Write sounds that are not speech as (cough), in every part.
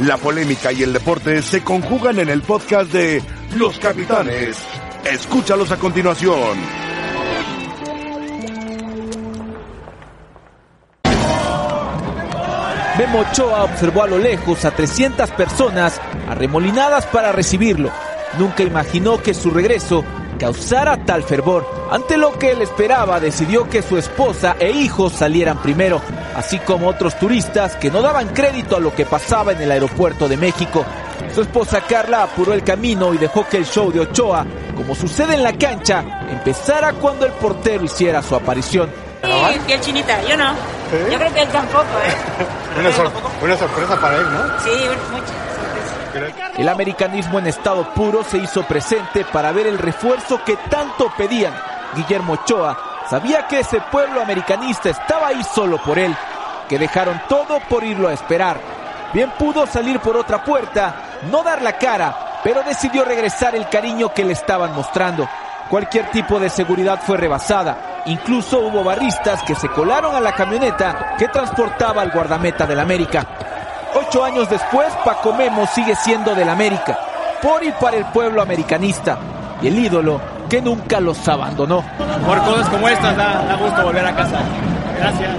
La polémica y el deporte se conjugan en el podcast de Los Capitanes. Escúchalos a continuación. Memo Ochoa observó a lo lejos a 300 personas arremolinadas para recibirlo. Nunca imaginó que su regreso causara tal fervor. Ante lo que él esperaba, decidió que su esposa e hijos salieran primero, así como otros turistas que no daban crédito a lo que pasaba en el aeropuerto de México. Su esposa Carla apuró el camino y dejó que el show de Ochoa, como sucede en la cancha, empezara cuando el portero hiciera su aparición. Sí, piel chinita, yo no. Yo creo que él tampoco, ¿eh? Una, sor- una sorpresa para él, ¿no? Sí, mucha sorpresa. El americanismo en estado puro se hizo presente para ver el refuerzo que tanto pedían. Guillermo Ochoa sabía que ese pueblo americanista estaba ahí solo por él, que dejaron todo por irlo a esperar. Bien pudo salir por otra puerta, no dar la cara, pero decidió regresar el cariño que le estaban mostrando. Cualquier tipo de seguridad fue rebasada. Incluso hubo barristas que se colaron a la camioneta que transportaba al guardameta del América. Ocho años después, Paco Memo sigue siendo del América, por y para el pueblo americanista, y el ídolo que nunca los abandonó. Por cosas como estas da, da gusto volver a casa. Gracias.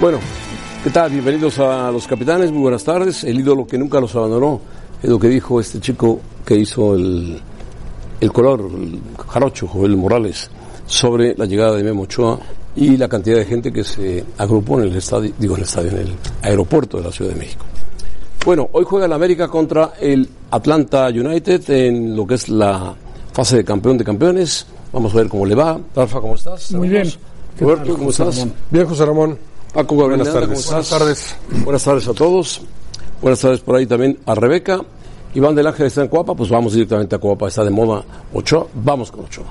Bueno, ¿qué tal? Bienvenidos a los capitanes, muy buenas tardes. El ídolo que nunca los abandonó es lo que dijo este chico que hizo el, el color, el jarocho, Joel Morales, sobre la llegada de Memo Ochoa y la cantidad de gente que se agrupó en el estadio, digo en el estadio, en el aeropuerto de la Ciudad de México. Bueno, hoy juega el América contra el Atlanta United en lo que es la fase de campeón de campeones. Vamos a ver cómo le va. Rafa, ¿cómo estás? Muy bien. Roberto, ¿cómo estás? Bien, José Ramón. Paco Buenas Gabriel, tardes. ¿cómo estás? Buenas Buenas tardes a todos. Buenas tardes por ahí también a Rebeca. Iván del Ángel está en Coapa, pues vamos directamente a Coapa. Está de moda Ochoa, vamos con Ochoa.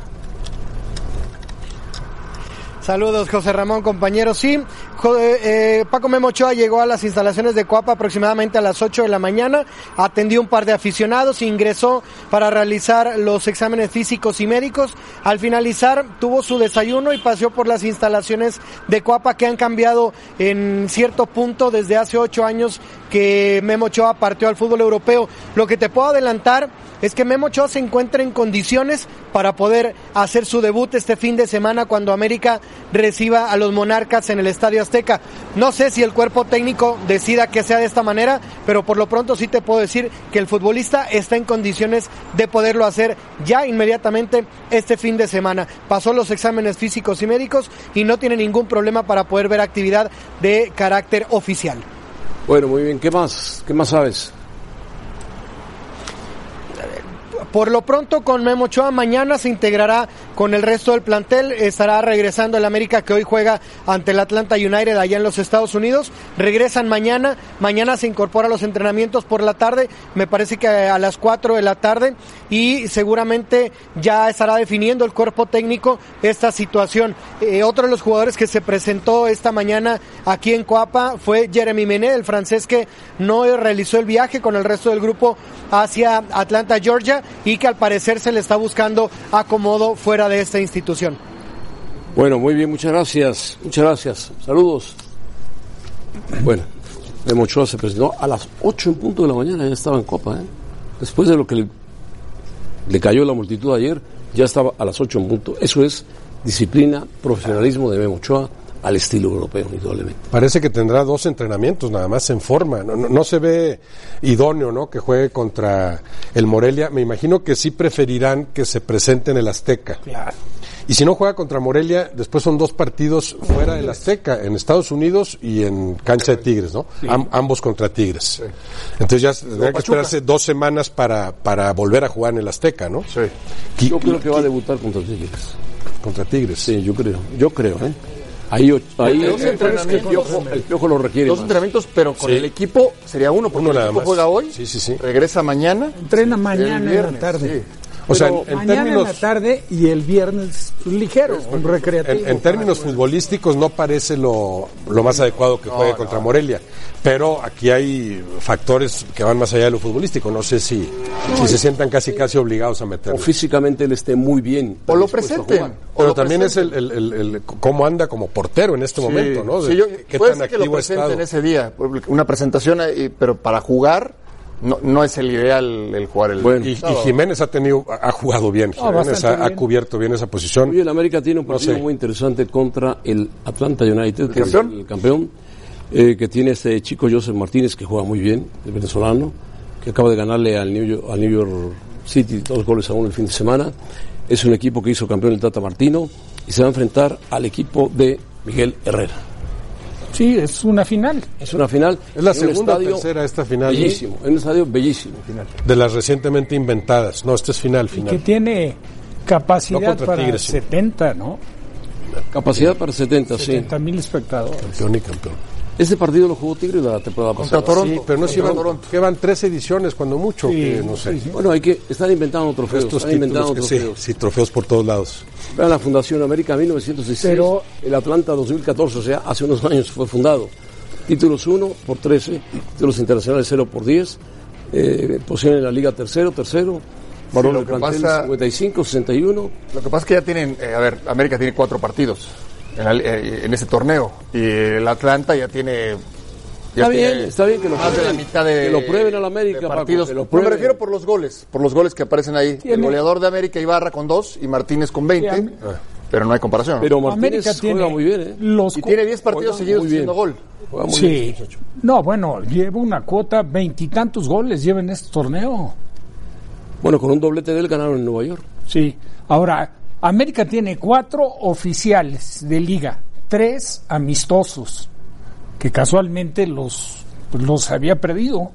Saludos, José Ramón, compañeros. Sí, jo- eh, eh, Paco Memochoa llegó a las instalaciones de Coapa aproximadamente a las 8 de la mañana, atendió un par de aficionados, ingresó para realizar los exámenes físicos y médicos. Al finalizar, tuvo su desayuno y paseó por las instalaciones de Coapa que han cambiado en cierto punto desde hace 8 años que Memochoa partió al fútbol europeo. Lo que te puedo adelantar es que Memo Ochoa se encuentra en condiciones para poder hacer su debut este fin de semana cuando América reciba a los Monarcas en el Estadio Azteca. No sé si el cuerpo técnico decida que sea de esta manera, pero por lo pronto sí te puedo decir que el futbolista está en condiciones de poderlo hacer ya inmediatamente este fin de semana. Pasó los exámenes físicos y médicos y no tiene ningún problema para poder ver actividad de carácter oficial. Bueno, muy bien, ¿qué más? ¿Qué más sabes? Por lo pronto con Memo Ochoa, mañana se integrará con el resto del plantel, estará regresando el América que hoy juega ante el Atlanta United allá en los Estados Unidos, regresan mañana, mañana se incorpora a los entrenamientos por la tarde, me parece que a las 4 de la tarde y seguramente ya estará definiendo el cuerpo técnico esta situación. Eh, otro de los jugadores que se presentó esta mañana aquí en Coapa fue Jeremy Mené, el francés que no realizó el viaje con el resto del grupo hacia Atlanta, Georgia, y que al parecer se le está buscando acomodo fuera de esta institución. Bueno, muy bien, muchas gracias. Muchas gracias. Saludos. Bueno, Memo Ochoa se presentó a las 8 en punto de la mañana, ya estaba en Copa. ¿eh? Después de lo que le, le cayó la multitud ayer, ya estaba a las 8 en punto. Eso es disciplina, profesionalismo de Memo Ochoa al estilo europeo, indudablemente. Parece que tendrá dos entrenamientos nada más en forma. No, no- no se ve idóneo, ¿no? Que juegue contra el Morelia. Me imagino que sí preferirán que se presente en el Azteca. Y si no juega contra Morelia, después son dos partidos fuera del Azteca, en Estados Unidos y en cancha de Tigres, ¿no? Am- ambos contra Tigres. Entonces ya tendrá que esperarse dos semanas para, para volver a jugar en el Azteca, ¿no? Sí. Yo creo que va a debutar contra Tigres. Contra Tigres. Sí, yo creo. Yo creo, ¿eh? Ahí, o- ahí Dos el, entrenamientos. piojo, el piojo lo requiere. Dos más. entrenamientos, pero con Sí. el equipo sería uno, porque Uno el nada equipo más. juega hoy, Sí, sí, sí. regresa mañana, Entrena el mañana en la viernes, tarde. sí. O sea, en, Pero en mañana en la términos, tarde y el viernes ligero, un recreativo. en, en términos futbolísticos no parece lo, lo más adecuado que juegue contra Morelia, pero aquí hay factores que van más allá de lo futbolístico. No sé si, si se sientan casi casi obligados a meterlo. O físicamente él esté muy bien. O lo dispuesto a presenten. jugar. o Pero lo también es presenten. el, el- el- el cómo anda como portero en este momento, ¿no? De Sí, yo- qué puede tan ser que lo activo ha estado. presenten ese día, una presentación, ahí, pero para jugar no, no es el ideal el jugar el. Bueno. Y, y Jiménez ha tenido, ha jugado bien, Jiménez bastante ha, ha bien. cubierto bien esa posición. Hoy el América tiene un partido sé. muy interesante contra el Atlanta United, que campeón? es el campeón, eh, que tiene este chico Joseph Martínez, que juega muy bien, el venezolano, que acaba de ganarle al New York, al New York City dos goles a uno el fin de semana. Es un equipo que hizo campeón el Tata Martino y se va a enfrentar al equipo de Miguel Herrera. Sí, es una final. Es una final. Es la en un segunda o estadio tercera esta final. Bellísimo, en un estadio bellísimo. De las recientemente inventadas. No, este es final, Y que final. tiene No capacidad contra para Tigres, sí. 70, ¿no? Capacidad para 70, sí. 70 mil espectadores. Campeón y campeón. Ese partido lo jugó Tigre la temporada pasada. Sí, pero no sé, van, que van tres ediciones cuando mucho, que no sé. Bueno, hay que están inventando trofeos, Estos están inventando títulos que sí, trofeos. sí, trofeos por todos lados. Vean la Fundación América 1916, Pero- el Atlanta 2014, o sea, hace unos años fue fundado. Títulos 1 por 13, títulos internacionales 0 por 10, eh, posición en la Liga tercero, tercero, varón lo del que plantel pasa- 55, 61. Lo que pasa es que ya tienen, eh, a ver, América tiene cuatro partidos en, la- eh, en ese torneo y el Atlanta ya tiene. ya Está bien, tiene está bien que lo más de la prueben, mitad de que lo prueben al América, de Paco, partidos. que lo No, prueben. me refiero por los goles, por los goles que aparecen ahí. El Tiene- goleador de América Ibarra con dos y Martínez con 20, Tiene- pero no hay comparación. Pero Martínez América juega tiene muy bien, ¿eh? los y tiene 10 partidos Juega seguidos muy bien. haciendo gol. Juega muy bien. Sí. No, bueno, lleva una cuota, veintitantos goles lleva en este torneo. Bueno, con un doblete de él ganaron en Nueva York. Sí. Ahora, América tiene cuatro oficiales de liga, tres amistosos, que casualmente los, pues, los había perdido.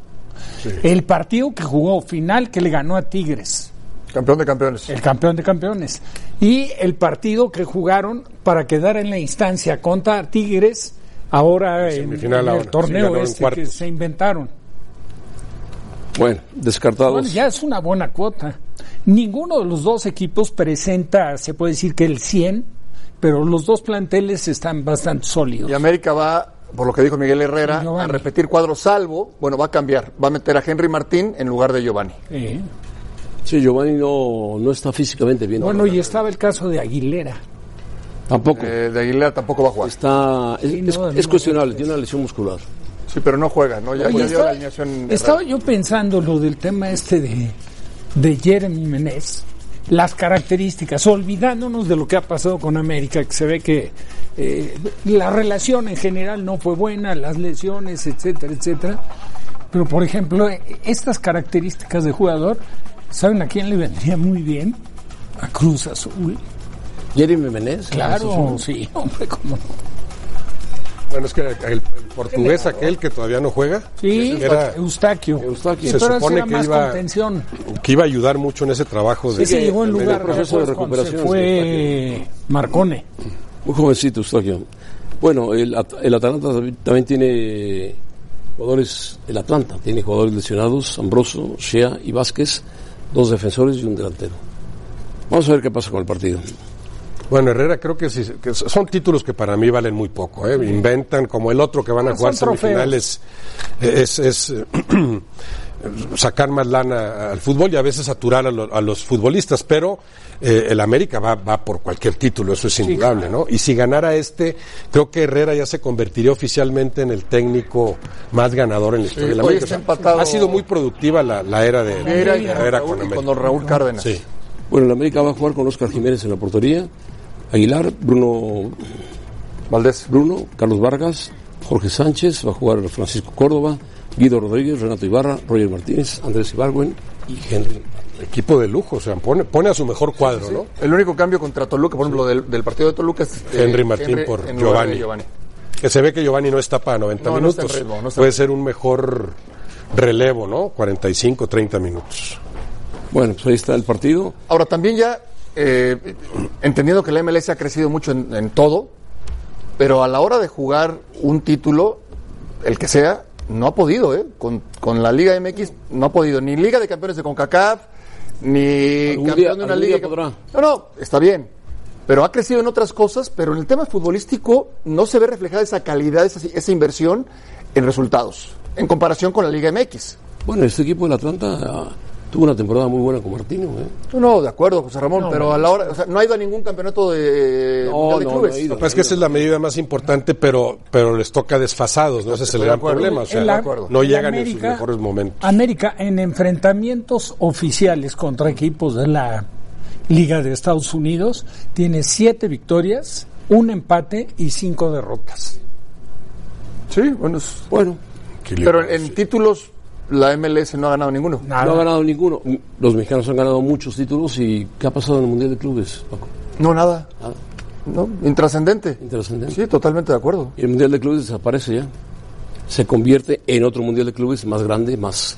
El partido que jugó final que le ganó a Tigres, Campeón de campeones. el campeón de campeones, y el partido que jugaron para quedar en la instancia contra Tigres, ahora en, semifinal en ahora, el sí, torneo ganaron en este que cuartos. se inventaron. Bueno, descartados. Bueno, ya es una buena cuota. Ninguno de los dos equipos presenta, se puede decir que el 100, pero los dos planteles están bastante sólidos. Y América va, por lo que dijo Miguel Herrera, Giovanni. a repetir cuadro salvo, bueno, va a cambiar, va a meter a Henry Martín en lugar de Giovanni. Eh, Sí, Giovanni no, no está físicamente bien. Bueno, y estaba el caso de Aguilera. Tampoco. Eh, de Aguilera tampoco va a jugar. Está, es, Sí, no, es- no, es no, cuestionable, tiene una lesión muscular. Sí, pero no juega, ¿no? Ya, Oye, ya dio estaba- la alineación. de estaba Herrera. yo pensando lo del tema este de, de Jeremy Menés, las características, olvidándonos de lo que ha pasado con América, que se ve que eh, la relación en general no fue buena, las lesiones, etcétera, etcétera. Pero, por ejemplo, eh, estas características de jugador, ¿saben a quién le vendría muy bien? A Cruz Azul. Jeremy Menez. Claro, sí, hombre, cómo no. Bueno, es que el, el portugués aquel que todavía no juega, Sí, era- Eustaquio. Eustaquio. Se Pero ese supone era que más iba- contención. que iba a ayudar mucho en ese trabajo de... Ese llegó en medio lugar proceso de después cuando se recuperación, fue Marcone. Muy jovencito, Eustaquio. Bueno, el, At- el Atalanta tambi- también tiene jugadores, el Atlanta tiene jugadores lesionados, Ambroso, Shea y Vázquez, dos defensores y un delantero. Vamos a ver qué pasa con el partido. Bueno, Herrera creo que, sí, que son títulos que para mí valen muy poco. ¿eh? Inventan como el otro que van a Son jugar trofeos. semifinales. eh, Es, es, eh, (clears throat) sacar más lana al fútbol y a veces saturar a, lo- a los futbolistas, pero eh, el América va, va por cualquier título, eso es indudable, ¿no? Y si ganara este, creo que Herrera ya se convertiría oficialmente en el técnico más ganador en la historia de la hoy América. está empatado- ha sido muy productiva la, la era de, de Herrera y Herrera Raúl- con y América. con don Raúl Cárdenas. Sí. Bueno, el América va a jugar con Oscar Jiménez en la portería, Aguilar, Bruno Valdés. Bruno, Carlos Vargas, Jorge Sánchez, va a jugar Francisco Córdoba, Guido Rodríguez, Renato Ibarra, Roger Martínez, Andrés Ibargüen y Henry. Equipo de lujo, o sea, pone, pone a su mejor cuadro, ¿no? El único cambio contra Toluca, por ejemplo, del, del partido de Toluca es eh, Henry Martín por en lugar de Giovanni. Que se ve que Giovanni no está para 90 No, no está minutos. en ritmo, no está en Puede ser un mejor relevo, ¿no? 45, 30 minutos. Bueno, pues ahí está el partido. Ahora, también ya, eh, entendiendo que la MLS ha crecido mucho en, en todo, pero a la hora de jugar un título, el que sea, no ha podido, ¿eh? Con, con la Liga MX no ha podido. Ni Liga de Campeones de CONCACAF, ni Algún campeón día- de una algún liga. día podrá. No, no, está bien. Pero ha crecido en otras cosas, pero en el tema futbolístico no se ve reflejada esa calidad, esa, esa inversión en resultados, en comparación con la Liga MX. Bueno, este equipo del Atlanta ah, tuvo una temporada muy buena con Martino. ¿eh? No, no, de acuerdo, José Ramón, pero bueno. a la hora, o sea, no ha ido a ningún campeonato de, Mundial de no, no clubes. ha ido. Pues es que esa es la medida más importante, pero, pero les toca desfasados, ¿no? Ese es el Estoy de gran acuerdo. problema. O sea, En la- no en llegan en sus América- mejores momentos. América en enfrentamientos oficiales contra equipos de la Liga de Estados Unidos tiene siete victorias, un empate y cinco derrotas. Sí, bueno, es- Bueno, pero en, en títulos la MLS no ha ganado ninguno. no ha ganado ninguno. Los mexicanos han ganado muchos títulos y ¿qué ha pasado en el Mundial de Clubes, Paco? No, nada. Nada. No, intrascendente. Intrascendente. Sí, totalmente de acuerdo. Y el Mundial de Clubes desaparece ya. Se convierte en otro Mundial de Clubes más grande, más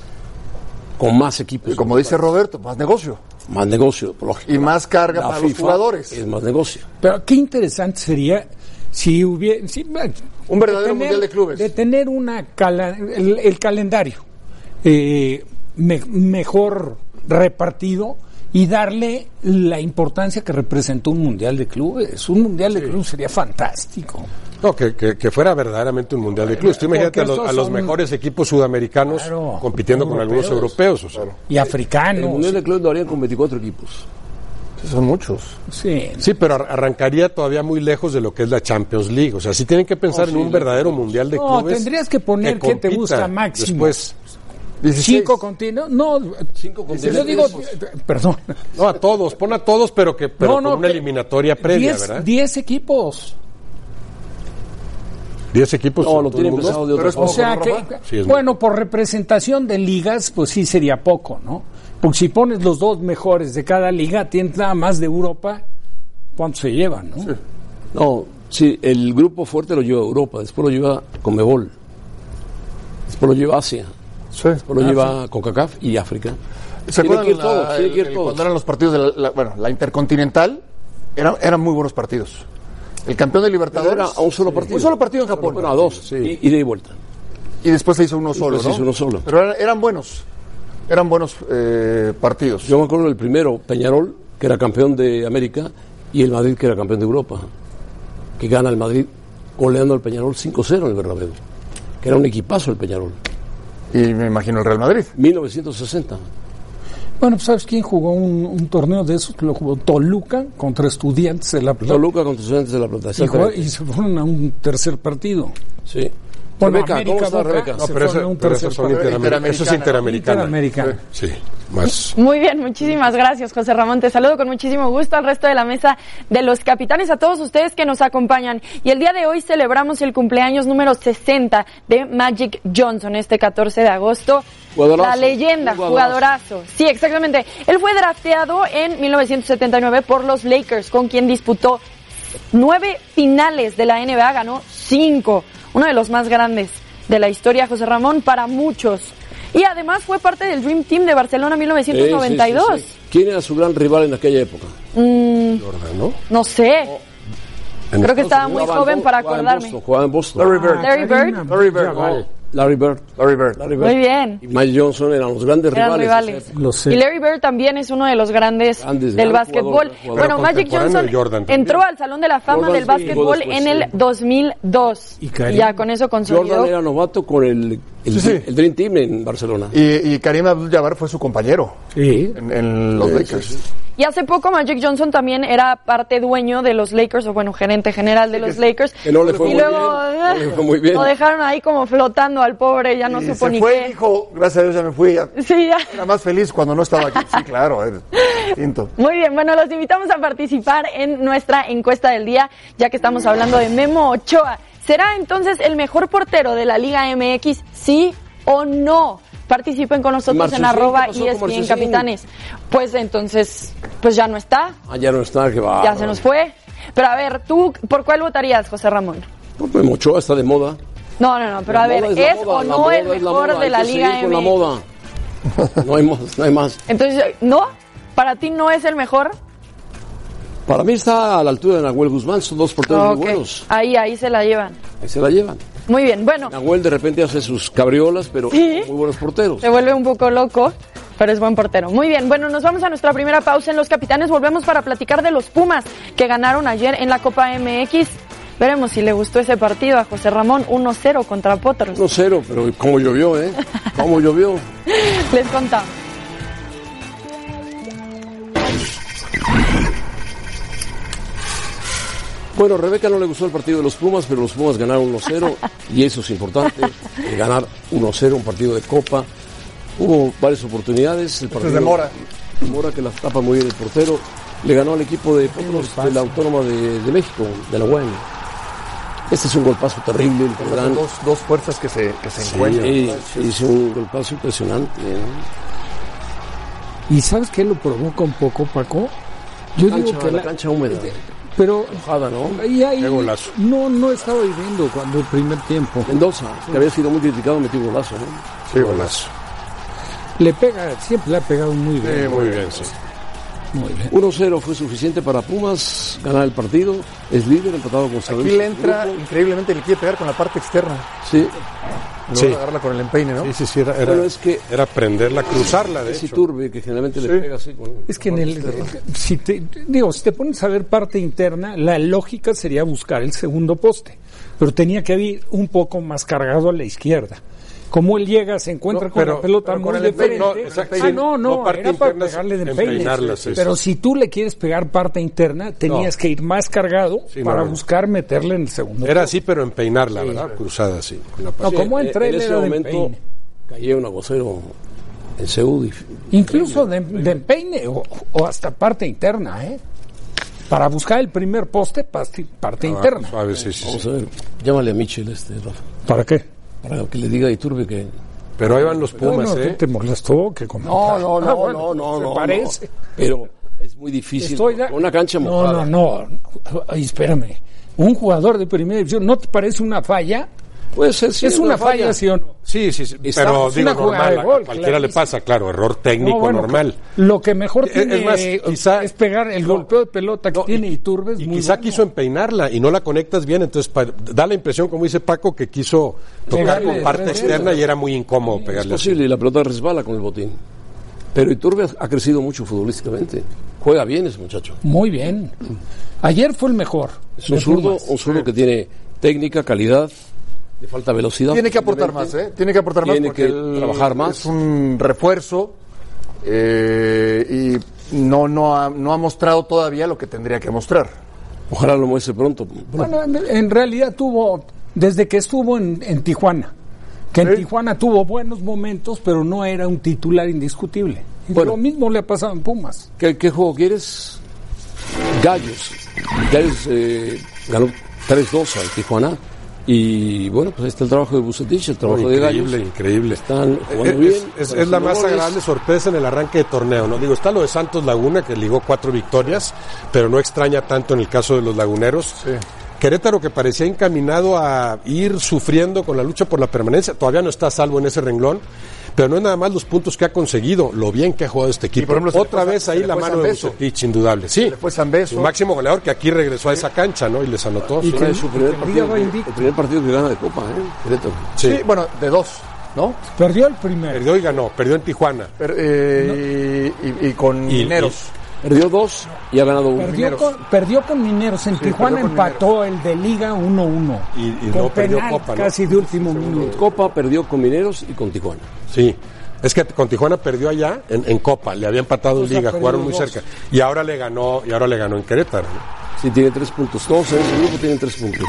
con más equipos. Y como dice Roberto, más Pues negocio Más negocio, por lógico. y más carga La para los FIFA jugadores. Es más negocio. Pero qué interesante sería si hubiera... si- Un verdadero tener- mundial de clubes. De tener una cala- el, el calendario eh, me- mejor repartido y darle la importancia que representó un mundial de clubes. Un mundial de clubes sería fantástico. No, que, que- que fuera verdaderamente un mundial de clubes. Tú imagínate a porque los, a estos los son- mejores equipos sudamericanos Claro, compitiendo con algunos europeos. O sea, Y El africanos. Mundial de Clubes lo harían con 24 equipos. Son muchos. Sí. Sí, pero ar- arrancaría todavía muy lejos de lo que es la Champions League. O sea, sí tienen que Oh, pensar en un verdadero mundial de No, clubes. tendrías que poner quién te compita gusta máximo. Después, 16. Cinco continuos. No, Cinco yo continentes. digo, perdón. no a todos, pon a todos, pero que pero No, no, con una que- eliminatoria previa, diez, ¿verdad? diez equipos. 10 equipos. No, en lo todo el tienen mundo. pensado de pero otra es como- O forma. sea ¿no, que, Rafa? Sí, es bueno, por representación de ligas, pues sí sería poco, ¿no? Porque si pones los dos mejores de cada liga, tienes nada más de Europa, ¿cuánto se llevan, no? No, sí, el grupo fuerte lo lleva a Europa, después lo lleva Comebol, después lo lleva Asia, después lo lleva CONCACAF y África. Ah, ¿Se Tiene acuerdan que ir la- todos, tiene que ir el- todos. cuando eran los partidos de la, la- bueno, la Intercontinental? Eran, eran muy buenos partidos. El campeón de Pero era Libertadores. a un solo partido. Un solo partido en Japón. Bueno, a dos, y, y de vuelta. Y después se hizo uno solo. se ¿no? hizo pues uno solo. Pero eran, eran buenos. Eran buenos eh, partidos. Yo me acuerdo del primero, Peñarol, que era campeón de América, y el Madrid, que era campeón de Europa, que gana el Madrid goleando al Peñarol 5-0 en el Bernabéu, que era un equipazo el Peñarol. Y me imagino el Real Madrid. 1960. Bueno, pues, ¿sabes quién jugó un, un torneo de esos? Lo jugó Toluca contra Estudiantes de La Plata. Toluca con tus estudiantes de la Plata. Y, jugó- exactamente. y se fueron a un tercer partido. Sí. Bueno, Rebeca, América ¿cómo está Boca. Rebeca? No, Se pero, fueron ese- un pero tercer esos son partido. interamer- eso es interamericana. Interamericana. Sí, más. Muy bien, muchísimas gracias, José Ramón. Te saludo con muchísimo gusto al resto de la mesa de los capitanes, a todos ustedes que nos acompañan. Y el día de hoy celebramos el cumpleaños número 60 de Magic Johnson, este 14 de agosto. Jugadorazo. La leyenda, Un jugadorazo. jugadorazo. Sí, exactamente. Él fue drafteado en 1979 por los Lakers, con quien disputó nueve finales de la NBA, ganó cinco, uno de los más grandes de la historia, José Ramón, para muchos. Y además fue parte del Dream Team de Barcelona 1992. Sí, sí, sí, sí. ¿Quién era su gran rival en aquella época? Jordan, ¿no? Mm, No sé, creo que estaba muy Jugaba en joven Bo- para jugaba en acordarme. Boston, Jugaba en Boston. Larry Bird. Larry Bird. Larry Bird. Larry Bird. Larry Bird. Larry Bird. Muy bien. Y Mike Johnson eran los grandes Eran rivales. rivales. Lo sé. Y Larry Bird también es uno de los grandes, Grandes, del gran básquetbol. jugador, gran bueno, jugador. Magic Contemporáneo Johnson de Jordan también. entró al Salón de la Fama Jordan del sí, básquetbol llegó después, en el sí. 2002. Y Karim. ya con eso consolidó. Jordan era novato con el, el, el Dream Team en Barcelona. Y, y Karim Abdul-Jabbar fue su compañero Sí. en, en los Lakers. Y hace poco Magic Johnson también era parte dueño de los Lakers, o bueno, gerente general de los Lakers. que no le fue y muy luego bien, no le fue muy bien. (laughs) lo dejaron ahí como flotando al pobre, ya no Y supo se ni fue, qué. (laughs) dijo, gracias a Dios ya me fui. ya- Sí, ya. Era más feliz cuando no estaba aquí. Sí, claro, es distinto. Muy bien, bueno, los invitamos a participar en nuestra encuesta del día, ya que estamos hablando de Memo Ochoa. ¿Será entonces el mejor portero de la Liga MX, sí o no? Participen con nosotros en Marchesín, arroba E ¿qué pasó con ESPN Marchesín? Capitanes. Pues entonces, pues ya no está, Allá Ah, no está, que va. ya se nos fue. Pero a ver, ¿tú por cuál votarías, José Ramón? Porque Mochoa está de moda. No, no, no, pero La a ver, moda ¿es, la moda, o la no moda el es la mejor moda, de hay la que Liga seguir con la MX? moda. No hay más, no hay más. Entonces, ¿no? ¿Para ti no es el mejor? Para mí está a la altura de Nahuel Guzmán, son dos porteros Ok, muy buenos. Ahí, ahí se la llevan. Ahí se la llevan. Muy bien, bueno. Nahuel de repente hace sus cabriolas, pero Sí. muy buenos porteros. Se vuelve un poco loco. pero es buen portero. Muy bien, bueno, nos vamos a nuestra primera pausa en Los Capitanes. Volvemos para platicar de los Pumas que ganaron ayer en la Copa MX. Veremos si le gustó ese partido a José Ramón 1-0 contra Potros. 1-0, pero como llovió, ¿eh? Como llovió. Les contamos. Bueno, a Rebeca no le gustó el partido de los Pumas, pero los Pumas ganaron (laughs) 1-0 y eso es importante, el ganar 1-0 un partido de copa. Hubo varias oportunidades, el partido de Mora. Mora que la tapa muy bien el portero, le ganó al equipo de Potros de la Autónoma de, de México, de la UAM. Este es un golpazo terrible, el que dan. Dos, dos fuerzas que se, que se encuentran. Sí, sí, es un golpazo impresionante. ¿eh? ¿no? ¿Y sabes qué lo provoca un poco, Paco? Yo cancha, digo que la, Este, la cancha húmeda. Pero Enojada, ¿no? ahí, ahí, no, no estaba viviendo cuando el primer tiempo. Mendoza, que sí. había sido muy criticado, metió golazo, ¿no? Sí, golazo. Le pega, siempre le ha pegado muy bien. Sí, muy bien, sí. Muy bien. 1-0 fue suficiente para Pumas ganar el partido. Es líder, empatado con San Aquí le entra, increíblemente, le quiere pegar con la parte externa. Sí. Luego sí. agarrarla con el empeine, ¿no? Sí, sí, sí. Era, era, Pero es que, era prenderla, cruzarla, de es hecho. Iturbe, que generalmente sí. le pega así. Con, este es que en el, externa. si te, digo, si te pones a ver parte interna, la lógica sería buscar el segundo poste. Pero tenía que ir un poco más cargado a la izquierda como él llega, se encuentra no, pero, con la pelota muy de frente. No, ah, no, no, no era para pegarle de peines. Sí, pero sí. si tú le quieres pegar parte interna, tenías que ir más cargado sí, para buscar meterle en el segundo. Era así, pero empeinarla, ¿verdad? Cruzada así. No, como entré, en, en ese era momento cayó un aguacero en Seúl. Incluso de, de empeine o, o, hasta parte interna, ¿eh? Para buscar el primer poste, parte, parte ah, interna. pues, Suave, sí, sí, Vamos a ver, llámale a Michel este, Rafa. ¿Para qué? para que le diga a Iturbe que. Pero ahí van los Pumas, bueno, ¿eh? ¿Te molestó? que No, no, no, ah, bueno, no, no. Se parece. No. Pero es muy difícil. Estoy la... Una cancha no, mojada. No, no, no. Espérame. Un jugador de primera división, ¿no te parece una falla? Puede ser, Pues sí, Es una, una falla, falla, ¿sí o no? Sí, sí, sí. Está, pero es digo, una jugada normal. de gol, a cualquiera claro. le pasa, claro, error técnico No, bueno, normal. Lo que mejor Es- tiene es más, quizá- es pegar el No. golpeo de pelota que No, tiene Iturbe. es Y muy quizá bueno. quiso empeinarla y no la conectas bien, entonces pa- da la impresión, como dice Paco, que quiso tocar Pegarle con de parte frente. externa y era muy incómodo Es pegarle así. posible, y la pelota resbala con el botín. Pero Iturbe ha- ha crecido mucho futbolísticamente. Juega bien ese muchacho. Muy bien. Ayer fue el mejor. Es un de zurdo, Pumas. un zurdo que tiene técnica, calidad, le falta velocidad. Tiene que aportar más, ¿eh? Tiene que aportar más Tiene porque que él trabajar más. Es un refuerzo eh, y no, no, ha, no ha mostrado todavía lo que tendría que mostrar. Ojalá lo muestre pronto. Bueno, en, en realidad tuvo, desde que estuvo en, en Tijuana, que en Tijuana tuvo buenos momentos, pero no era un titular indiscutible. Y Bueno. Lo mismo le ha pasado en Pumas. ¿Qué, qué juego quieres? Gallos. Gallos eh, ganó 3-2 al Tijuana. Y bueno, pues ahí está el trabajo de Bucetich, el trabajo de Gallos. Increíble, increíble. Eh, Están jugando Es- bien. es- es, están la haciendo más goles. agradable sorpresa en el arranque de torneo, ¿no? Digo, está lo de Santos Laguna, que ligó cuatro victorias, pero no extraña tanto en el caso de los laguneros. Querétaro, que parecía encaminado a ir sufriendo con la lucha por la permanencia, todavía no está a salvo en ese renglón, pero no es nada más los puntos que ha conseguido, lo bien que ha jugado este equipo. por ejemplo, se le Otra fue- vez se ahí le la fue mano de Sambeso. Bucetich, indudable. Sí, le fue Sambeso. su máximo goleador que aquí regresó a esa cancha, ¿no? Y les anotó. Y sí. trae su primer Liga partido, va el invicto. primer partido que gana de Copa, ¿eh? Querétaro. Sí, bueno, de dos, ¿no? Perdió el primero. Perdió y ganó, perdió en Tijuana. Pero, eh, y, y con Y- dineros. Perdió dos y ha ganado uno. Perdió con, perdió con Mineros. En Tijuana perdió con empató el de Liga 1-1. Y- y con no perdió penal Copa, ¿no? casi de último minuto. Copa perdió con Mineros y con Tijuana. Sí. Es que con Tijuana perdió allá en, en Copa, le había empatado en Entonces, Liga, ha jugaron muy perdido dos. cerca. Y ahora le ganó, y ahora le ganó en Querétaro. ¿no? Sí, tiene tres puntos. Todos en ese grupo tienen tres puntos.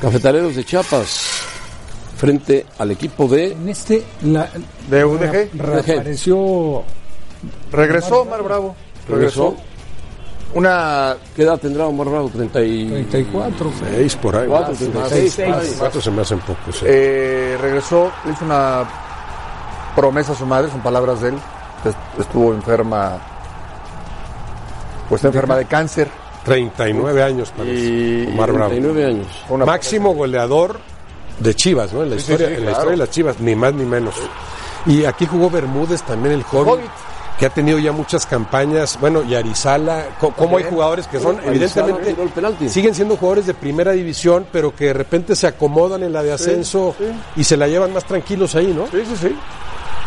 Cafetaleros de Chiapas frente al equipo de En este la, De UDG. reapareció Regresó Omar Bravo. Regresó. Una. ¿Qué edad tendrá Omar Bravo? 34, 34. Seis por ahí. ¿no? 36. Cuatro se me hacen pocos. sí. eh, regresó, le hizo una promesa a su madre, son palabras de él. Est- Estuvo enferma. Pues está enferma de cáncer. 39 años parece. Y- Omar Bravo. 39 años. Fue una- Máximo goleador de Chivas, ¿no? En la, Sí, sí, historia, sí, en la claro. historia de las Chivas, ni más ni menos. Y aquí jugó Bermúdez también, el joven, Hobbit. que ha tenido ya muchas campañas. Bueno, y Arizala, co- como hay También. jugadores que son, Arizala evidentemente, tiró el penalti. siguen siendo jugadores de primera división, pero que de repente se acomodan en la de ascenso y se la llevan más tranquilos ahí, ¿no? Sí, sí, sí.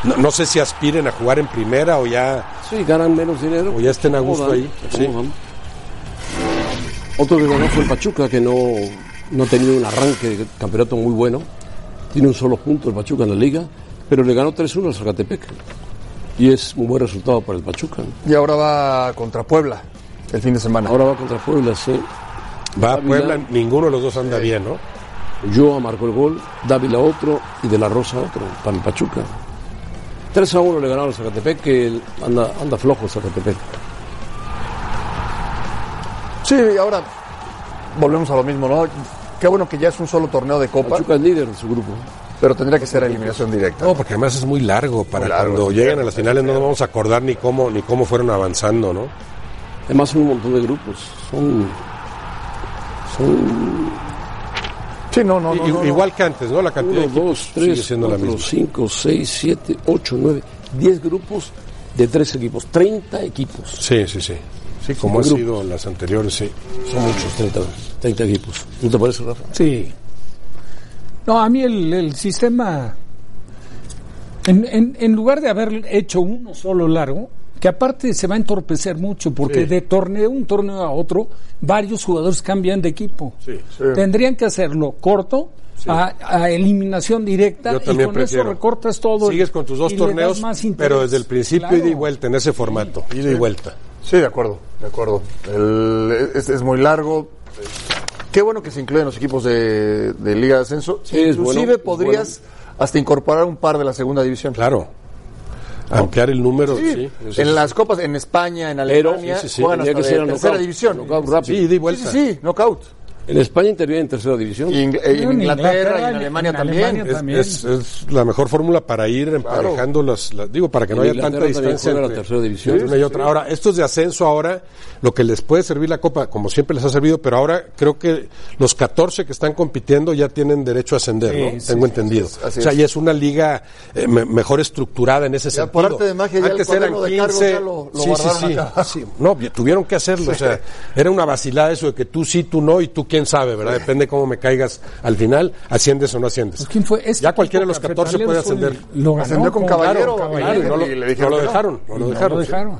No, no sé si aspiren a jugar en primera o ya. Sí, ganan menos dinero. O ya estén a gusto ahí. Sí. Otro que ganó fue el Pachuca, que no, no ha tenido un arranque de campeonato muy bueno. Tiene un solo punto el Pachuca en la liga, pero le ganó 3-1 al Zacatepec. Y es un buen resultado para el Pachuca. Y ahora va contra Puebla el fin de semana. Ahora va contra Puebla, sí. Va a Puebla, ninguno de los dos anda bien, ¿no? Yo Eh, marcó el gol, Dávila otro y De La Rosa otro para el Pachuca. 3 a 1 le ganaron al Zacatepec, que anda, anda flojo el Zacatepec. Sí, ahora volvemos a lo mismo, ¿no? Qué bueno que ya es un solo torneo de Copa. Pachuca es líder de su grupo. Pero tendría que ser eliminación directa. No, porque además es muy largo. Para cuando lleguen a las finales no nos vamos a acordar ni cómo, ni cómo fueron avanzando, ¿no? Además son un montón de grupos. Son. Son. Sí, no, no, no, I- no, igual que antes, ¿no? La cantidad 1, de equipos 2, sigue 3, siendo la 4, misma. 5, 6, 7, 8, 9, 10 grupos de 3 equipos. 30 equipos. Sí, sí, sí. Sí, como Un ha grupo. sido las anteriores, sí. Son muchos, 30, 30 equipos. ¿No te parece, Rafa? Sí. No, a mí el, el sistema, en, en- en lugar de haber hecho uno solo largo, que aparte se va a entorpecer mucho, porque Sí. de torneo, un torneo a otro, varios jugadores cambian de equipo. Sí, Tendrían que hacerlo corto. A, a eliminación directa Yo y también con prefiero. eso recortas todo Sigues con tus dos y le das torneos, más interés. pero desde el principio Claro. ida y vuelta, en ese formato, ida y vuelta. Sí, de acuerdo, de acuerdo. El- es, es muy largo. Qué bueno que se incluyen los equipos de, de Liga de Ascenso. Sí, es Inclusive bueno, es podrías hasta incorporar un par de la segunda división. Claro. Ampliar el número, Sí, sí. eso en sí. las copas, en España, en Pero- Alemania, sí, sí, sí, juegan tendría hasta que de ser a tercera knockout, división. knockout rápido. Sí, ida y Sí, vuelta. sí, sí, knockout. En España interviene en tercera división. Y eh, en en, Inglaterra, y en Inglaterra, Alemania en también. Alemania Es, También. es- es la mejor fórmula para ir emparejando las, las- digo para que no En haya Inglaterra tanta también distancia juega la entre, tercera división. entre una y otra. Ahora, estos de ascenso ahora, lo que les puede servir la copa, como siempre les ha servido, pero ahora creo que los 14 que están compitiendo ya tienen derecho a ascender, Sí, ¿no? sí, Tengo entendido. es, así o sea, es. ya es una liga eh, me- mejor estructurada en ese Ya, sentido. por arte de magia, ya el Antes eran cuaderno de cargos 15. ya lo- lo sí, sí, sí, guardaron acá. sí. No, ya tuvieron que hacerlo, o sea, era una vacilada eso de que tú sí, tú no y tú quién sabe, ¿verdad? Depende cómo me caigas al final, asciendes o no asciendes. Pues, ¿quién fue? Este ya cualquiera de los equipo 14 puede cafetalero ascender. fue el- Lo ganó Ascendió con Caballero, Claro, y no lo, Y le no dijeron lo que no. dejaron, no lo No dejaron. lo sí. dejaron.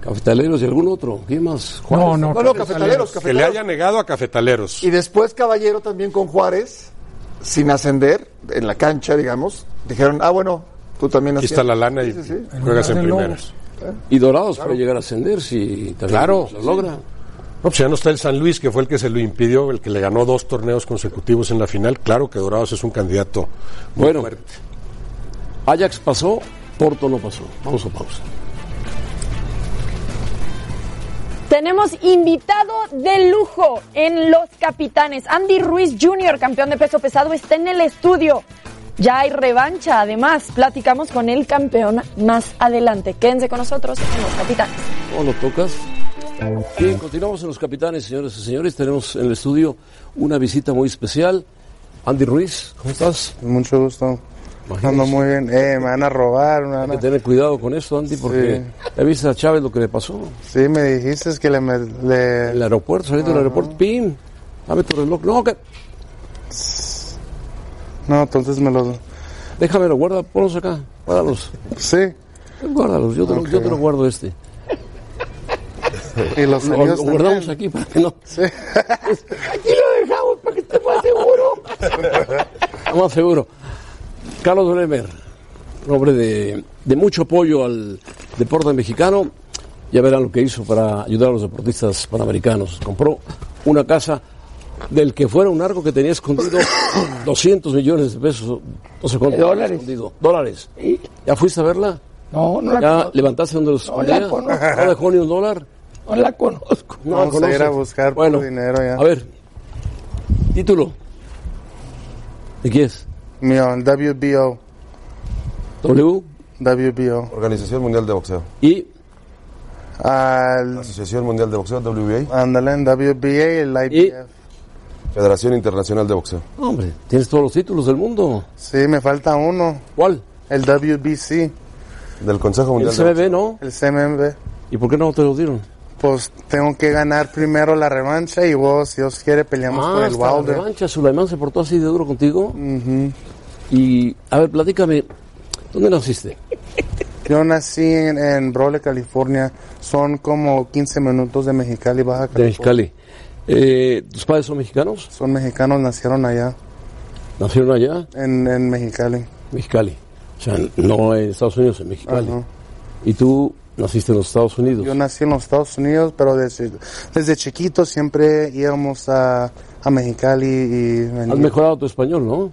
Cafetaleros y algún otro. ¿Quién más? No, no, No, no, cafetaleros, Que le cafetaleros. haya negado a cafetaleros. Y después Caballero también con Juárez, sin ascender, en la cancha, digamos, dijeron, ah, bueno, tú también Aquí asciendes. está la lana y Sí, sí, sí. juegas en En lugar de primera. Lobos. Y Dorados puede llegar a ascender si también Claro. lo logra. No, pues ya no está el San Luis, que fue el que se lo impidió, el que le ganó dos torneos consecutivos en la final. Claro que Dorados es un candidato muy Bueno. fuerte. Ajax pasó, Porto no pasó. Vamos a pausa. Tenemos invitado de lujo en Los Capitanes. Andy Ruiz Jr., campeón de peso pesado, está en el estudio. Ya hay revancha, además, platicamos con el campeón más adelante. Quédense con nosotros en Los Capitanes. ¿Cómo lo tocas? Bien, continuamos en los capitanes, señores y señores. Tenemos en el estudio una visita muy especial. Andy Ruiz, ¿cómo estás? Mucho gusto. Ando muy bien. Eh, me van a robar. Me van Hay que a- tener cuidado con eso, Andy, porque ya viste a Chávez lo que le pasó. Sí, me dijiste que le... me- le- En el aeropuerto, saliendo del aeropuerto, ¡pim! Dame tu reloj. No, que... No, entonces me lo... déjamelo, guarda, ponlos acá, guárdalos. Sí. Guárdalos, yo te, lo- yo te lo guardo este. Y los Lo, anillos lo guardamos también. aquí para que no. (laughs) Sí. Aquí lo dejamos para que esté más seguro. (laughs) Está más seguro. Carlos Bremer, un hombre de, de mucho apoyo al deporte mexicano. Ya verán lo que hizo para ayudar a los deportistas panamericanos. Compró una casa del que fuera un arco que tenía (coughs) escondido 200 millones de pesos, no sé cuánto. Dólares. escondido. Dólares. Sí. ¿Ya fuiste a verla? No, no la, ¿Ya conozco, levantaste donde los No la escondía? conozco. ¿No dejó ni un dólar? no la conozco. No, Vamos conoces. a ir a buscar por bueno, dinero ya. A ver, título. ¿De qué es? Mío, el WBO. W WBO. Organización Mundial de Boxeo. y Al... Asociación Mundial de Boxeo, WBA. Ándale, en WBA, el IBF. Federación Internacional de Boxeo. hombre, tienes todos los títulos del mundo. Sí, me falta uno. ¿Cuál? El WBC. Del Consejo El Mundial de Boxeo. CBB, ¿no? El CMB. ¿Y por qué no te lo dieron? Pues tengo que ganar primero la revancha y vos, si Dios quiere, peleamos por el Ah, hasta la Wilder. revancha, Sulaimán se portó así de duro contigo. Y, a ver, platícame, ¿Dónde naciste? Yo nací en, en Brole, California. Son como 15 minutos de Mexicali, Baja De California. Mexicali. Eh, ¿Tus padres son mexicanos? Son mexicanos, nacieron allá. ¿Nacieron allá? En, en Mexicali. Mexicali. O sea, no en Estados Unidos, en Mexicali. ¿Y tú naciste en los Estados Unidos? Yo nací en los Estados Unidos, pero desde, desde chiquito siempre íbamos a, a Mexicali y Has mejorado tu español, ¿no?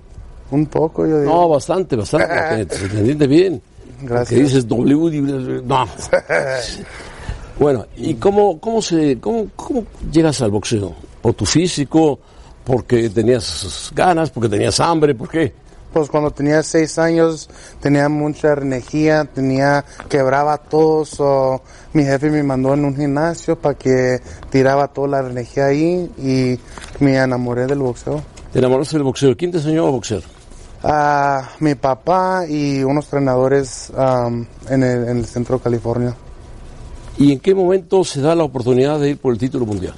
Un poco, yo digo. No, bastante, bastante. porque te entendiste bien. Gracias. Que dices W. (laughs) No. Bueno, ¿y cómo, cómo, se, cómo, cómo llegas al boxeo? ¿Por tu físico? ¿Porque tenías ganas? ¿Porque tenías hambre? ¿Por qué? Pues cuando tenía seis años tenía mucha energía, tenía quebraba todo. so, mi jefe me mandó en un gimnasio para que tiraba toda la energía ahí y me enamoré del boxeo. ¿Te enamoraste del boxeo? ¿Quién te enseñó a boxear? Ah, mi papá y unos entrenadores am, en, el, en el centro de California. ¿Y en qué momento se da la oportunidad de ir por el título mundial?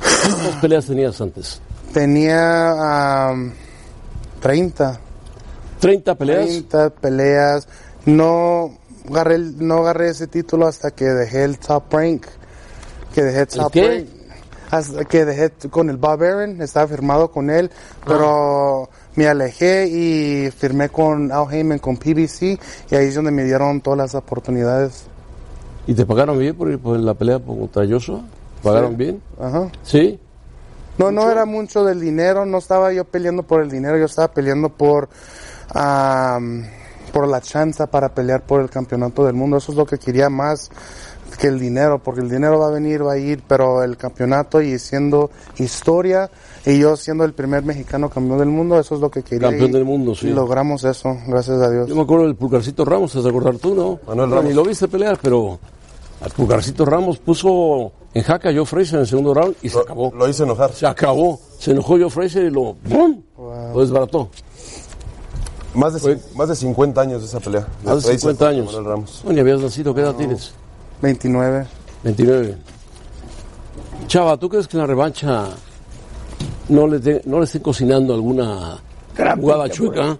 ¿Cuántas peleas tenías antes? Tenía am, 30. ¿30 peleas? 30 peleas. No agarré, el- no agarré ese título hasta que dejé el top rank. Que dejé el top qué? rank. Hasta que dejé t- con el Bob Aaron, estaba firmado con él, Ah. pero me alejé y firmé con Al Heyman, con PBC, y ahí es donde me dieron todas las oportunidades. ¿Y te pagaron bien por, por la pelea contra Joshua? ¿Pagaron Sí. bien? Ajá. ¿Sí? No, no era mucho del dinero, no estaba yo peleando por el dinero, yo estaba peleando por, am, por la chance para pelear por el campeonato del mundo. Eso es lo que quería más que el dinero, porque el dinero va a venir, va a ir, pero el campeonato y siendo historia, y yo siendo el primer mexicano campeón del mundo, eso es lo que quería. Campeón y- del mundo, sí. Y logramos eso, gracias a Dios. Yo me acuerdo del Pulgarcito Ramos, ¿te has de acordar tú, no? Manuel No, Ramos. Ni lo viste pelear, pero al Pulgarcito Ramos puso en jaca a Joe Fraser en el segundo round y se acabó. Lo hice enojar. Se acabó. Se enojó Joe Fraser y lo... ¡Bum! Lo desbarató. Más de, cin- más de 50 años de esa pelea. Más de 50 años. Manuel Ramos. No, ni habías nacido, ¿qué edad tienes? 29. 29. Chava, ¿tú crees que en la revancha no le, de- no le estén cocinando alguna jugada chueca?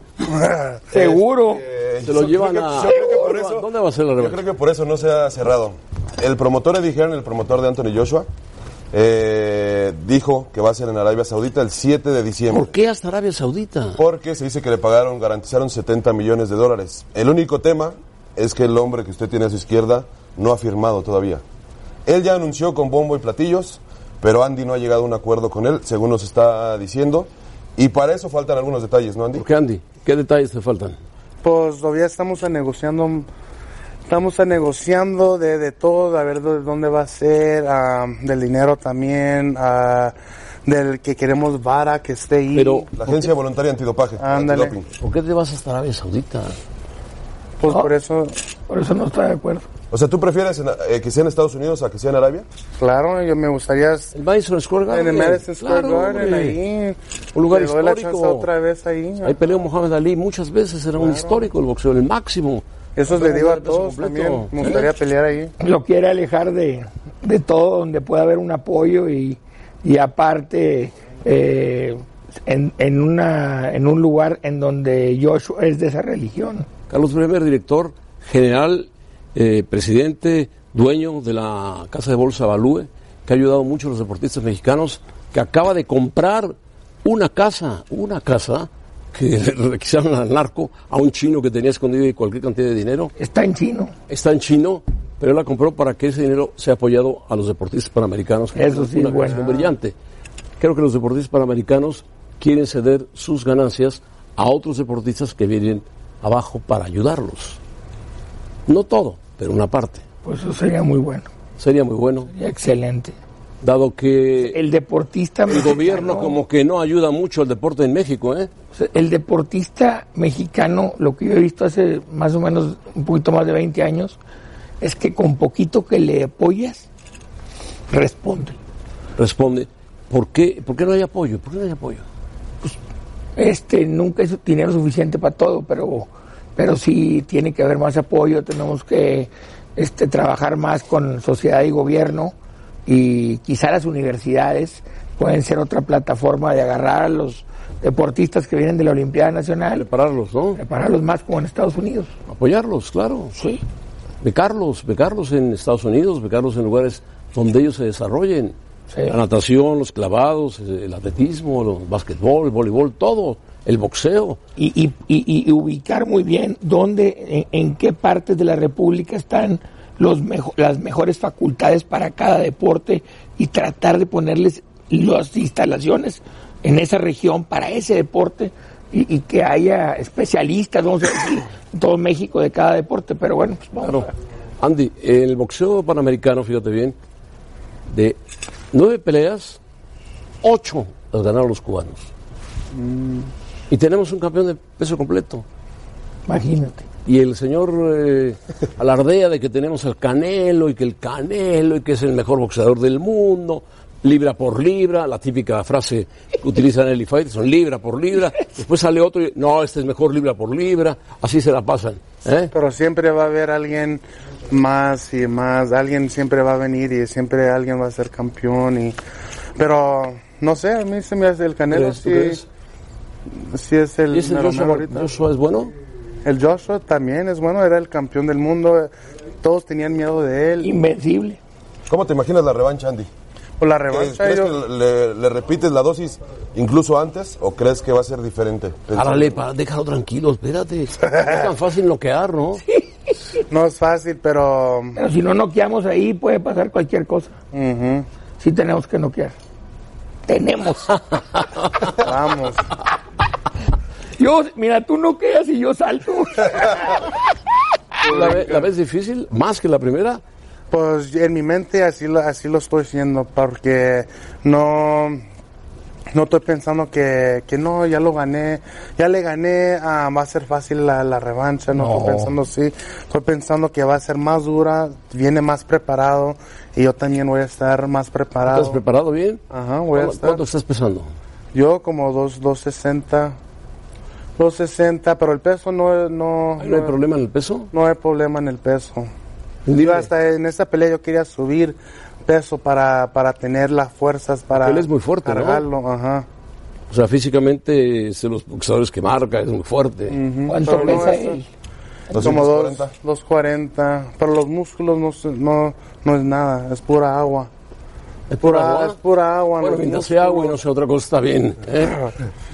Seguro. Se lo llevan a... eh, Yo creo que por eso- ¿Dónde va a ser la Yo revancha? creo que por eso no se ha cerrado. El promotor, le dijeron, el promotor de Anthony Joshua, eh, dijo que va a ser en Arabia Saudita el 7 de diciembre. ¿Por qué hasta Arabia Saudita? Porque se dice que le pagaron, garantizaron 70 millones de dólares. El único tema es que el hombre que usted tiene a su izquierda no ha firmado todavía. Él ya anunció con bombo y platillos, pero Andy no ha llegado a un acuerdo con él, según nos está diciendo. Y para eso faltan algunos detalles, ¿no, Andy? ¿Por qué, Andy? ¿Qué detalles te faltan? Pues todavía estamos a negociando, estamos a negociando de, de todo, a ver de dónde va a ser, ah, del dinero también, ah, del que queremos vara que esté ahí. Pero- La Agencia Voluntaria Antidopaje. Ándale. Antidoping. ¿Por qué te vas hasta Arabia Saudita? Ah. pues por eso, Por eso no está de acuerdo. O sea, ¿tú prefieres en- eh, que sea en Estados Unidos a que sea en Arabia? claro, yo me gustaría El Madison Square Garden. en el Madison Square Claro, Garden hombre. ahí, Un lugar le doy la histórico. chance otra vez ahí. Ahí peleó Mohamed Ali muchas veces, era un histórico el boxeo, el máximo. Eso le digo a todos completo. también, me gustaría pelear ahí. Lo quiere alejar de, de todo donde pueda haber un apoyo y, y aparte eh, en, en, una, en un lugar en donde Joshua es de esa religión. Carlos Bremer, director general, eh, presidente, dueño de la casa de bolsa Balúe, que ha ayudado mucho a los deportistas mexicanos, que acaba de comprar una casa, una casa que (laughs) le requisaron al narco, a un chino que tenía escondido y cualquier cantidad de dinero. Está en chino. Está en chino, pero él la compró para que ese dinero sea apoyado a los deportistas panamericanos. que Eso sí una es bueno. cuestión brillante. Creo que los deportistas panamericanos quieren ceder sus ganancias a otros deportistas que vienen abajo para ayudarlos. No todo, pero una parte. Pues eso sería muy bueno. Sería muy bueno, Sería excelente. dado que El deportista el mexicano- gobierno como que no ayuda mucho al deporte en México, ¿eh? O sea, El deportista mexicano, lo que yo he visto hace más o menos un poquito más de 20 años, es que con poquito que le apoyas, responde. Responde, ¿por qué, ¿por qué no hay apoyo? ¿Por qué no hay apoyo? Este nunca es dinero suficiente para todo, pero pero sí tiene que haber más apoyo, tenemos que este trabajar más con sociedad y gobierno y quizá las universidades pueden ser otra plataforma de agarrar a los deportistas que vienen de la Olimpiada Nacional. Prepararlos, ¿no? Prepararlos más como en Estados Unidos. Apoyarlos, claro, sí. Becarlos, becarlos en Estados Unidos, becarlos en lugares donde ellos se desarrollen. Sí. La natación, los clavados, el atletismo, el básquetbol, el voleibol, todo, el boxeo. Y, y- y- y ubicar muy bien dónde, en, en qué partes de la República están los mejo- las mejores facultades para cada deporte y tratar de ponerles las instalaciones en esa región para ese deporte y, y que haya especialistas, vamos a decir, en todo México de cada deporte. Pero bueno, pues vamos Claro. Andy, el boxeo panamericano, fíjate bien, de nueve peleas, ocho las ganaron los cubanos. Y tenemos un campeón de peso completo. Imagínate. Y el señor eh, alardea de que tenemos al Canelo y que el Canelo y que es el mejor boxeador del mundo, libra por libra, la típica frase que utilizan en el fight, son libra por libra. Después sale otro y no, este es mejor libra por libra, así se la pasan. ¿eh? Pero siempre va a haber alguien más y más, alguien siempre va a venir y siempre alguien va a ser campeón y pero no sé, a mí se me hace el Canelo ¿Crees? ¿Tú sí, crees? sí es el ¿Y ese mero Joshua- mero ahorita. Joshua es bueno? El Joshua también es bueno, era el campeón del mundo, todos tenían miedo de él. Invencible. ¿Cómo te imaginas la revancha, Andy? Pues la ¿Crees revancha crees yo- que le, le repites la dosis incluso antes o crees que va a ser diferente? Árale, pa, déjalo tranquilo, espérate. Es tan fácil noquear, ¿no? No es fácil, pero... Pero si no noqueamos ahí puede pasar cualquier cosa. Sí tenemos que noquear. Tenemos. Vamos. Yo, mira, tú noqueas y yo salto. ¿La, ve- la ves difícil? ¿Más que la primera? Pues en mi mente así lo, así lo estoy haciendo porque no, no estoy pensando que, que no, ya lo gané, ya le gané, ah, va a ser fácil la, la revancha, no, No. estoy pensando así, estoy pensando que va a ser más dura, viene más preparado y yo también voy a estar más preparado. ¿Estás preparado bien? Ajá, ah, voy a ¿Cuánto- estar. ¿Cuánto estás pesando? Yo como dos, 260, 260, pero el peso no... ¿No, ¿No hay problema en el peso? No hay problema en el peso. Dime. Yo hasta en esta pelea yo quería subir peso para, para tener las fuerzas para... Él es muy fuerte, ¿no? cargarlo, ajá. O sea, físicamente es de los boxeadores que marca, es muy fuerte. Pero no, eso- Como dos- 240. Pero los músculos no, se- no, no es nada, es pura agua. ¿Es pura agua? Es pura agua. Bueno, los mientras sea agua y no sea otra cosa, está bien. ¿eh?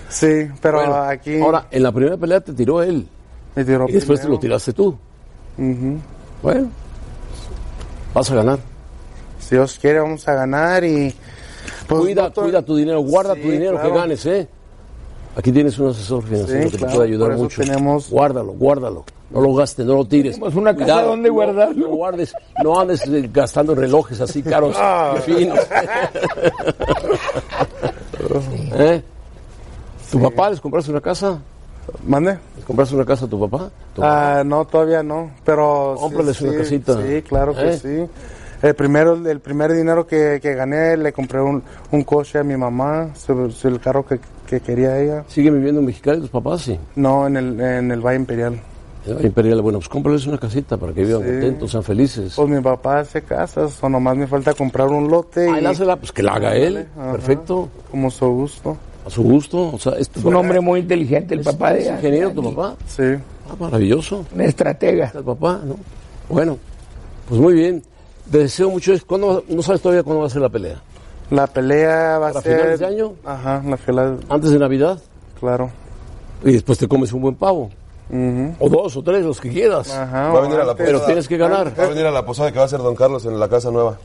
Sí, pero Bueno, aquí... Ahora, en la primera pelea te tiró él. Me tiró Y después te primero. lo tiraste tú. Ujú. Bueno, vas a ganar. Si Dios quiere, vamos a ganar y... pues, cuida, no to- cuida tu dinero, guarda Sí, tu dinero claro. que ganes, ¿eh? Aquí tienes un asesor financiero Sí, que te claro, puede por ayudar eso mucho. tenemos- Guárdalo, guárdalo. No lo gastes, no lo tires. Tenemos una casa donde no- guardarlo. No, guardes, no andes eh, gastando en relojes así caros Ah. y (laughs) finos. (laughs) ¿Eh? ¿Tu papá les compraste una casa? ¿Mande? ¿Les compraste una casa a tu papá? ¿Tu- Ah, no, todavía no, pero... sí, Cómprales una sí, casita. Sí, claro que ¿Eh? sí. El, primero, el primer dinero que, que gané le compré un, un coche a mi mamá, su- su- el carro que, que quería ella. ¿Siguen viviendo en Mexicali tus papás? Sí. No, en el, en el Valle Imperial. Eh, Imperial, bueno, pues cómprales una casita para que vivan Sí. contentos, sean felices. Pues mi papá hace casas, o nomás me falta comprar un lote. Ahí y, lázala, pues que la haga él. Ajá. Perfecto. Como su gusto. A su gusto. O sea, es tu Es un hombre muy inteligente, el papá de ¿Es ingeniero tu papá? Sí. Ah, maravilloso. Un estratega. Está el papá, ¿no? Bueno, pues muy bien. Te deseo mucho. éxito. ¿Cuándo va- no sabes todavía cuándo va a ser la pelea. La pelea va a ¿Para ser... finales de año? Ajá, la final, Antes de Navidad. claro. Y después te comes un buen pavo. Ujú. O dos, o tres, los que quieras. Ajá, Va a venir a la antes. posada. Pero tienes que ganar. Va a venir a la posada que va a hacer Don Carlos en la casa nueva.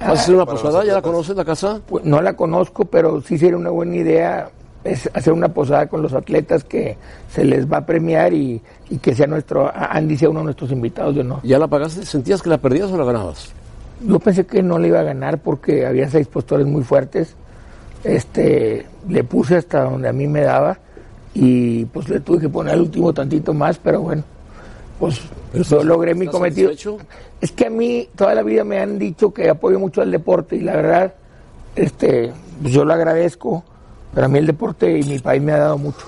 ¿Vas a hacer una Para posada? ¿Ya la nosotros. conoces la casa? Ah. Pues, no la conozco, pero sí sería una buena idea es hacer una posada con los atletas que se les va a premiar y, y que sea nuestro, a- Andy sea uno de nuestros invitados de honor. ¿Ya la pagaste? ¿Sentías que la perdías o la ganabas? Yo pensé que no le iba a ganar porque había seis postores muy fuertes. Este, le puse hasta donde a mí me daba y pues le tuve que poner el último tantito más, pero bueno, pues yo logré mi ¿Estás cometido. satisfecho? Es que a mí toda la vida me han dicho que apoyo mucho al deporte y la verdad, este, pues yo lo agradezco, pero a mí el deporte y mi país me ha dado mucho.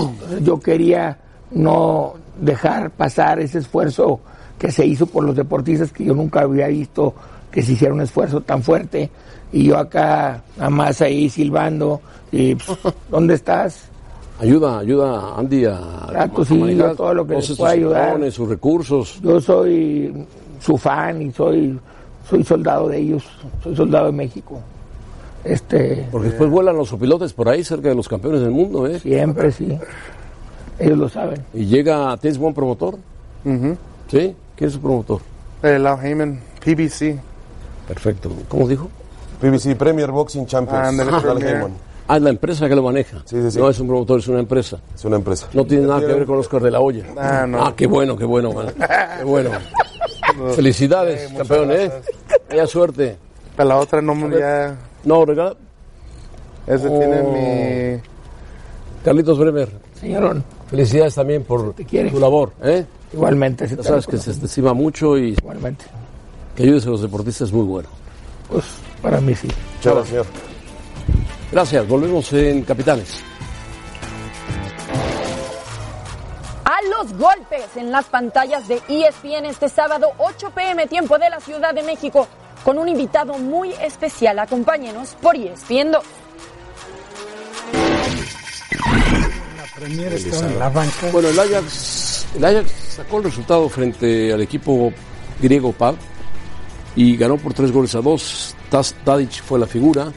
Entonces, yo quería no dejar pasar ese esfuerzo que se hizo por los deportistas que yo nunca había visto que se hiciera un esfuerzo tan fuerte. Y yo acá, nada más ahí silbando. (laughs) Y, pues, ¿Dónde estás? Ayuda, ayuda Andy a, Trato, Ah, pues sí, yo todo lo que todos les estos pueda ayudar. cinturones, sus recursos. Yo soy su fan y soy, soy soldado de ellos. Soy soldado de México. Este, Porque después vuelan los opilotes por ahí cerca de los campeones del mundo, ¿eh? Siempre, sí. Ellos lo saben. Y llega, ¿tienes buen promotor? ¿Sí? ¿Quién es su promotor? Eh, Lau Heyman, PBC. Perfecto. ¿Cómo dijo? PBC Premier Boxing Champions. Ándale, Al Premier. Heyman. Ah, es la empresa que lo maneja. No es un promotor, es una empresa. Es una empresa. No tiene nada que ver con Oscar de la Hoya. Ah, no. qué bueno, qué bueno, man. Qué (laughs) bueno. Felicidades, campeón, ¿eh? Haya suerte. Para la otra no me ya... No, regala. Ese tiene Oh. Carlitos Bremer. Señorón. Felicidades también por quiere. tu labor, ¿eh? Igualmente, se Ya te sabes que reconoce. se te estima mucho y... Igualmente. Que ayudes a los deportistas es muy bueno. Pues, para mí sí. Muchas gracias, señor. Gracias. Volvemos en Capitanes. A los golpes en las pantallas de ESPN este sábado, 8 pm, tiempo de la Ciudad de México, con un invitado muy especial. Acompáñenos por E ESPN 2. Premier estaba en la banca. Bueno, el Ajax, el Ajax sacó el resultado frente al equipo griego PAV y ganó por tres goles a dos. Tas- Tadic fue la figura.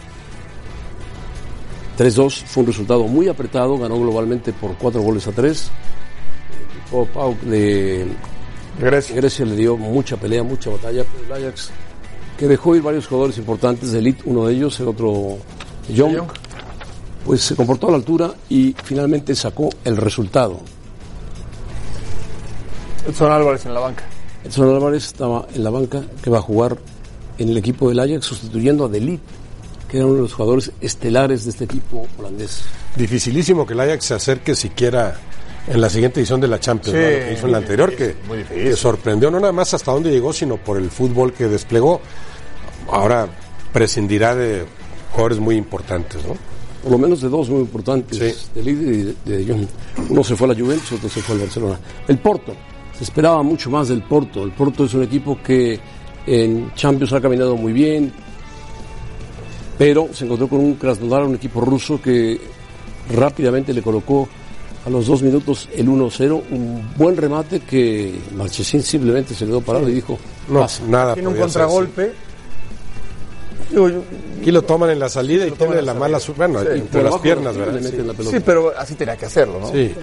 3-2 fue un resultado muy apretado, ganó globalmente por cuatro goles a tres. El equipo PAOK de Grecia. le dio mucha pelea, mucha batalla, pero el Ajax que dejó ir varios jugadores importantes de Elite, uno de ellos, el otro Young, pues se comportó a la altura y finalmente sacó el resultado. Edson Álvarez en la banca. Edson Álvarez estaba en la banca que va a jugar en el equipo del Ajax sustituyendo a Delit, que era uno de los jugadores estelares de este equipo holandés. Dificilísimo que el Ajax se acerque siquiera en la siguiente edición de la Champions, Sí, ¿no? Lo que hizo en la muy anterior, difícil, que muy difícil. sorprendió no nada más hasta dónde llegó, sino por el fútbol que desplegó. Ahora prescindirá de jugadores muy importantes, ¿no? Por lo menos de dos muy importantes, de Lille y de, de Jong. Uno se fue a la Juventus, otro se fue al Barcelona. El Porto, se esperaba mucho más del Porto. El Porto es un equipo que en Champions ha caminado muy bien, pero se encontró con un Krasnodar, un equipo ruso que rápidamente le colocó a los dos minutos el 1-0, un buen remate que Marchesín simplemente se quedó parado y dijo, No, "Pasa". nada. Tiene un podía ser así. contragolpe. Aquí lo toman en la salida y tiene la mala suerte. Bueno, Sí. Ah, entre Por las abajo piernas, le ¿verdad? meten Sí. la pelota. Sí, pero así tenía que hacerlo, ¿no? Sí. Eh,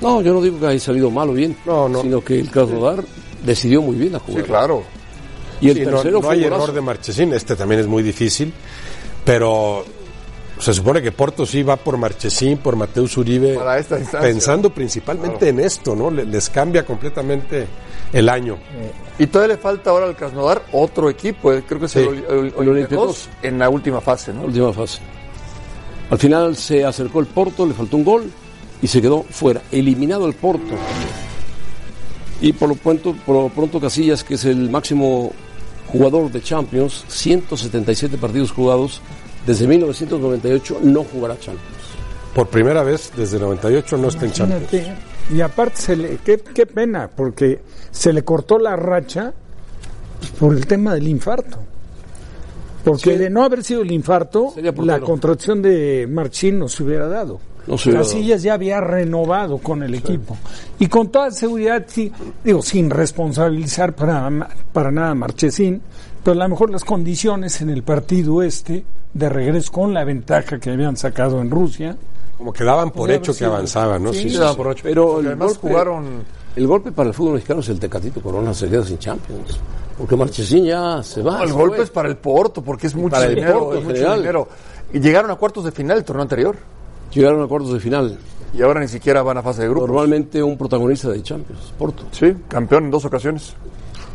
No, yo no digo que haya salido mal o bien, sino que el Krasnodar decidió muy bien la jugada. claro. Y el Sí, no- tercero no, fue hay un golazo. error de Marchesín, este también es muy difícil, pero se supone que Porto sí va por Marchesín, por Mateus Uribe, Para esta instancia. pensando principalmente Claro. en esto, ¿no? Le- Les cambia completamente el año. Y todavía le falta ahora al Krasnodar otro equipo. eh, Creo que es Sí. el, Oli- el- el Olympiacos en la última fase, ¿no? última fase. Al final se acercó el Porto, le faltó un gol y se quedó fuera, eliminado el Porto. Y por lo pronto, por lo pronto Casillas, que es el máximo jugador de Champions, 177 partidos jugados desde 1998, no jugará Champions. Por primera vez desde 98 no está en Champions. Imagínate. Y aparte, se le, qué, qué pena, porque se le cortó la racha pues, por el tema del infarto. Porque de no haber sido el infarto, la portero. contracción de Marchín no se hubiera dado. No se hubiera Casillas ya había renovado con el equipo. Y con toda seguridad, sí, digo, sin responsabilizar para, ma- para nada a Marchesín, pero a lo mejor las condiciones en el partido este, de regreso con la ventaja que habían sacado en Rusia. Como que daban por Podría haber hecho que sido. avanzaban, ¿no? Sí, Sí, sí, daban sí. por hecho. Pero el además golpe- jugaron- El golpe para el fútbol mexicano es el Tecatito Corona se queda sin Champions. Porque Marchesín ya se va. el se golpe fue. es para el Porto, porque es mucho para el dinero. Porto es en mucho general. dinero. Y llegaron a cuartos de final el torneo anterior. Llegaron a cuartos de final. Y ahora ni siquiera van a fase de grupos. Normalmente un protagonista de Champions, Porto. Sí, campeón en dos ocasiones.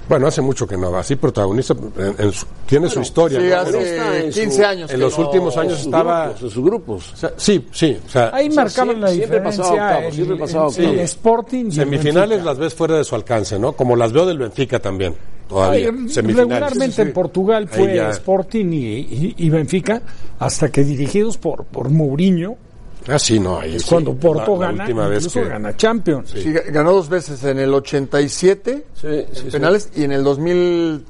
Bueno, hace mucho que no va así protagonista, en- en su- tiene su historia. sí, ¿no? hace Pero está en 15 años En que los no- últimos años en sus estaba... grupos, en sus grupos. O sea, sí, sí. o sea, Ahí sí, marcaban sí, la siempre diferencia. pasaba octavos, el- siempre pasaba el- el octavos. Sporting y el Semifinales las ves fuera de su alcance, ¿no? Como las veo del Benfica también, todavía. Ay, em, Semifinales. Regularmente en Portugal Ahí fue ya. Sporting y, y- y Benfica, hasta que dirigidos por, por Mourinho, Ah, sí, no. ahí Es sí. cuando Porto La- la gana, última vez incluso que- gana Champions. Sí, ganó dos veces, en el 87 en sí. penales y en el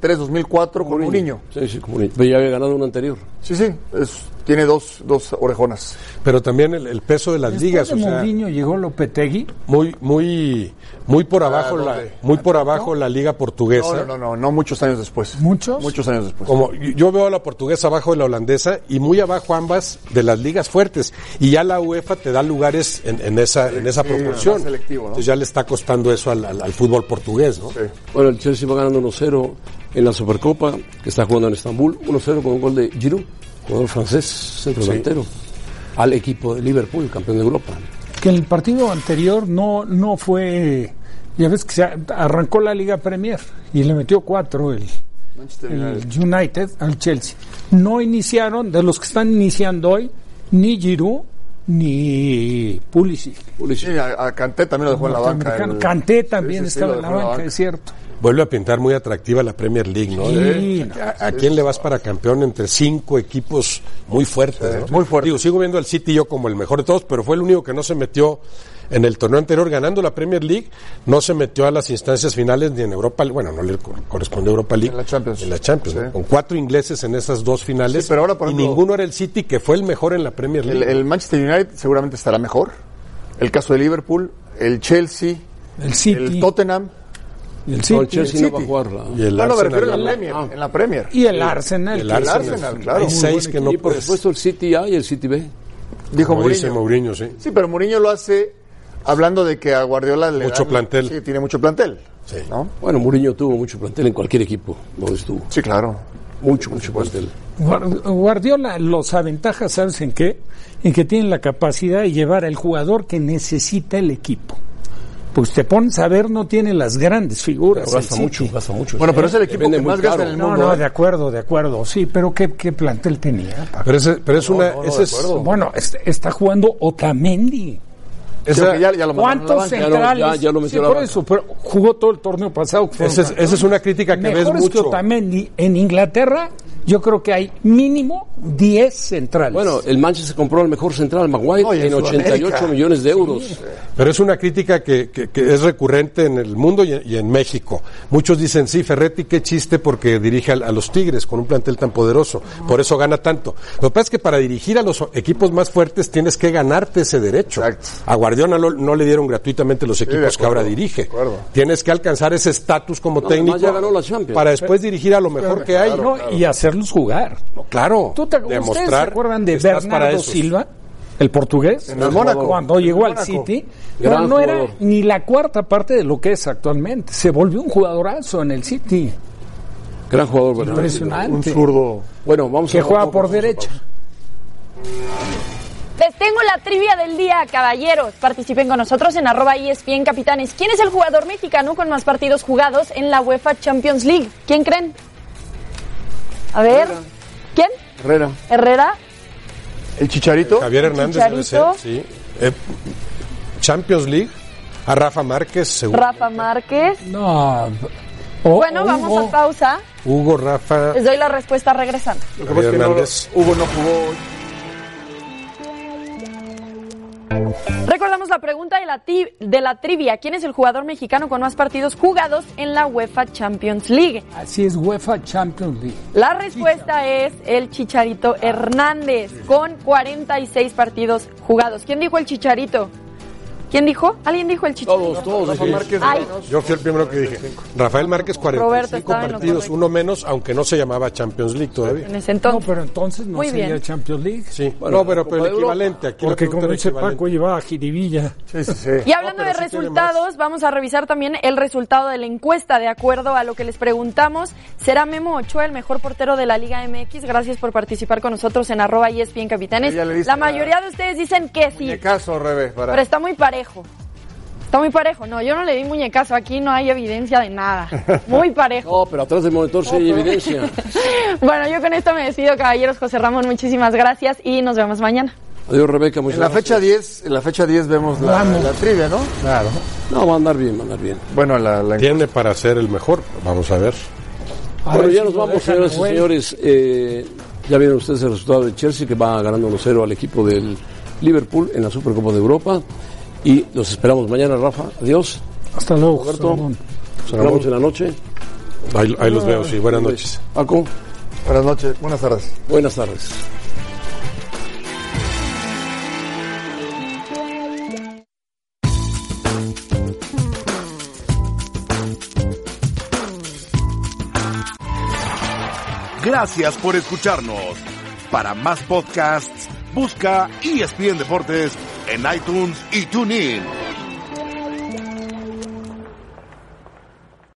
2003-2004 con un niño. Sí, sí, como un niño. Pero ya había ganado una anterior. Sí, sí, es- tiene dos, dos orejonas. Pero también el, el peso de las ligas, o de sea, Mourinho llegó Lopetegui. muy, muy, muy por abajo, la, dónde? muy por abajo la liga portuguesa. Ah, No, no, no, no, no, muchos años después. ¿Muchos? Muchos años después. Como yo- yo veo a la portuguesa abajo de la holandesa y muy abajo ambas de las ligas fuertes. Y ya la UEFA te da lugares en, en esa, en esa Sí, proporción. más selectivo, ¿no? Entonces ya le está costando eso al, al- al fútbol portugués, ¿no? Bueno, el Chelsea va ganando 1-0 en la Supercopa, que está jugando en Estambul. 1-0 con un gol de Giroud, jugador francés, centro Sí. delantero, al equipo de Liverpool, campeón de Europa. Que en el partido anterior no, no fue. Ya ves que se a- arrancó la Liga Premier y le metió cuatro el, el United al Chelsea. No iniciaron, de los que están iniciando hoy, ni Giroud ni Pulisic. Sí, a, a Kanté también lo dejó en la banca. Norteamericano. el- Kanté Sí, también sí, sí, estaba lo en la dejó en la banca, banca. es cierto. Vuelve a pintar muy atractiva la Premier League, ¿no? Sí, ¿Eh? no. ¿A, a quién le vas para campeón entre cinco equipos muy fuertes? Muy fuertes. Digo, sigo viendo al City yo como el mejor de todos, pero fue el único que no se metió en el torneo anterior ganando la Premier League, no se metió a las instancias finales ni en Europa, bueno, no le co- corresponde a Europa League. En la Champions. En la Champions, ¿no? con cuatro ingleses en esas dos finales. Sí, pero ahora, por y ejemplo- ninguno era el City que fue el mejor en la Premier El, League. el Manchester United seguramente estará mejor. El caso de Liverpool, el Chelsea, el, Tottenham. Y el No, el Chelsea no va a jugar. la- Y el no, no, me refiero en la Premier. En la Premier. Y el Arsenal. El Arsenal, claro. Y por supuesto el City A y el City B. Dijo Como dice Mourinho. Sí, pero Mourinho lo hace hablando de que a Guardiola le Mucho dan- plantel. Sí, tiene mucho plantel. ¿no? Bueno, Mourinho tuvo mucho plantel en cualquier equipo, donde estuvo. Sí, claro. Mucho, mucho plantel. Guar- Guardiola los aventaja, ¿sabes en qué? En que tienen la capacidad de llevar al jugador que necesita el equipo. Pues te pones a ver, no tiene las grandes figuras. Pero gasta el City. mucho, gasta mucho. Bueno, pero Eh, es el equipo Depende que muy más gasta caro. en el mundo, No, no, ¿eh? de acuerdo, de acuerdo. Sí, pero ¿qué, qué plantel tenía? Pero, ese- pero es una... ese es- Bueno, es- está jugando Otamendi. Esa- Creo que ya- ya lo mandaron a la ¿Cuántos banca? Ya lo- centrales? ya- ya lo metió Sí, a la por banca. eso, pero jugó todo el torneo pasado. que fueron Esa es- esa es una crítica que ves Mejores mucho. Otamendi en Inglaterra, yo creo que hay mínimo 10 centrales. Bueno, eh, el Manchester compró al mejor central, Maguire, Oye, en 88 Sudamérica. millones de euros. Pero es una crítica que, que- que es recurrente en el mundo y en, y en México. Muchos dicen, sí, Ferretti, qué chiste porque dirige al- a, los Tigres con un plantel tan poderoso, por eso gana tanto. Lo que pasa es que para dirigir a los equipos más fuertes tienes que ganarte ese derecho. A Guardiola no, no le dieron gratuitamente los de equipos que acuerdo, ahora dirige. Tienes que alcanzar ese estatus como No, además técnico ya ganó la Champions. para después dirigir a lo mejor que hay. No, Y hacerlos jugar. No, claro, ¿Tú te, ¿Ustedes se demostrar acuerdan que de estás para Bernardo esos. Silva, el portugués? En el Mónaco. Cuando En el llegó al Mónaco. City, Gran no, no era jugador. ni la cuarta parte de lo que es actualmente. Se volvió un jugadorazo en el City. Gran jugador, Bernardo. Impresionante. Un zurdo. Bueno, vamos Que a juega por derecha. Les tengo la trivia del día, caballeros. Participen con nosotros en arroba E ESPN Capitanes. ¿Quién es el jugador mexicano con más partidos jugados en la UEFA Champions League? ¿Quién creen? A ver. ¿Quién? Herrera. ¿Herrera? El Chicharito. Javier Hernández debe ser, Chicharito. sí. Eh, Champions League, a Rafa Márquez, seguro. Ah, ¿Rafa Márquez? No. bueno, vamos a pausa. Hugo, Rafa, Les doy la respuesta regresando. Javier Hernández. Hugo no jugó hoy. Recordamos la pregunta de la, ti- de la trivia. ¿Quién es el jugador mexicano con más partidos jugados en la UEFA Champions League? Así es UEFA Champions League. La respuesta es el Ah, Chicharito Hernández, con 46 partidos jugados. ¿Quién dijo el Chicharito? ¿Quién dijo? ¿Alguien dijo el Chicharito? Todos, todos. Sí. Ay, Yo fui el primero que dije. Rafael Márquez, Roberto 45 estaba en lo partidos, correcto. uno menos, aunque no se llamaba Champions League todavía. en ese entonces. No, pero entonces no Muy sería bien. Champions League. Sí. no, pero, pero el equivalente aquí. la Porque pregunta como era dice equivalente. Paco, llevaba jiribilla. Sí, sí, sí. Eh, Y hablando de resultados, vamos a revisar también el resultado de la encuesta. De acuerdo a lo que les preguntamos, ¿será Memo Ochoa el mejor portero de la Liga MX? Gracias por participar con nosotros en arroba E ESPN Capitanes. Ya le diste La la- mayoría de ustedes dicen que sí, Muñecazo, Rebe, para- pero está muy parejo. Está muy parejo. No, yo no le di muñecazo. Aquí no hay evidencia de nada. Muy parejo. No, pero atrás del monitor sí (laughs) hay evidencia. Bueno, yo con esto me despido, caballeros. José Ramón, muchísimas gracias y nos vemos mañana. Adiós, Rebeca, muchas En la gracias. fecha 10, en la fecha 10 vemos la, Vamos. la trivia, ¿no? Claro. No, va a andar bien, va a andar bien. Bueno, la, la Tiene para ser el mejor. Vamos a ver. Bueno, ver ya si nos lo vamos, dejan, señoras y Nahuel. señores. Eh, ya vieron ustedes el resultado de Chelsea que va ganando 1-0 al equipo del Liverpool en la Supercopa de Europa. Y los esperamos mañana, Rafa. Adiós. Hasta luego, Roberto. Ramón. Nos hablamos en la noche. Pues, Ahí, ahí los veo, sí. Buenas noches. Paco. Buenas noches, buenas tardes. Buenas tardes. Gracias por escucharnos. Para más podcasts, busca ESPN Deportes en iTunes y TuneIn.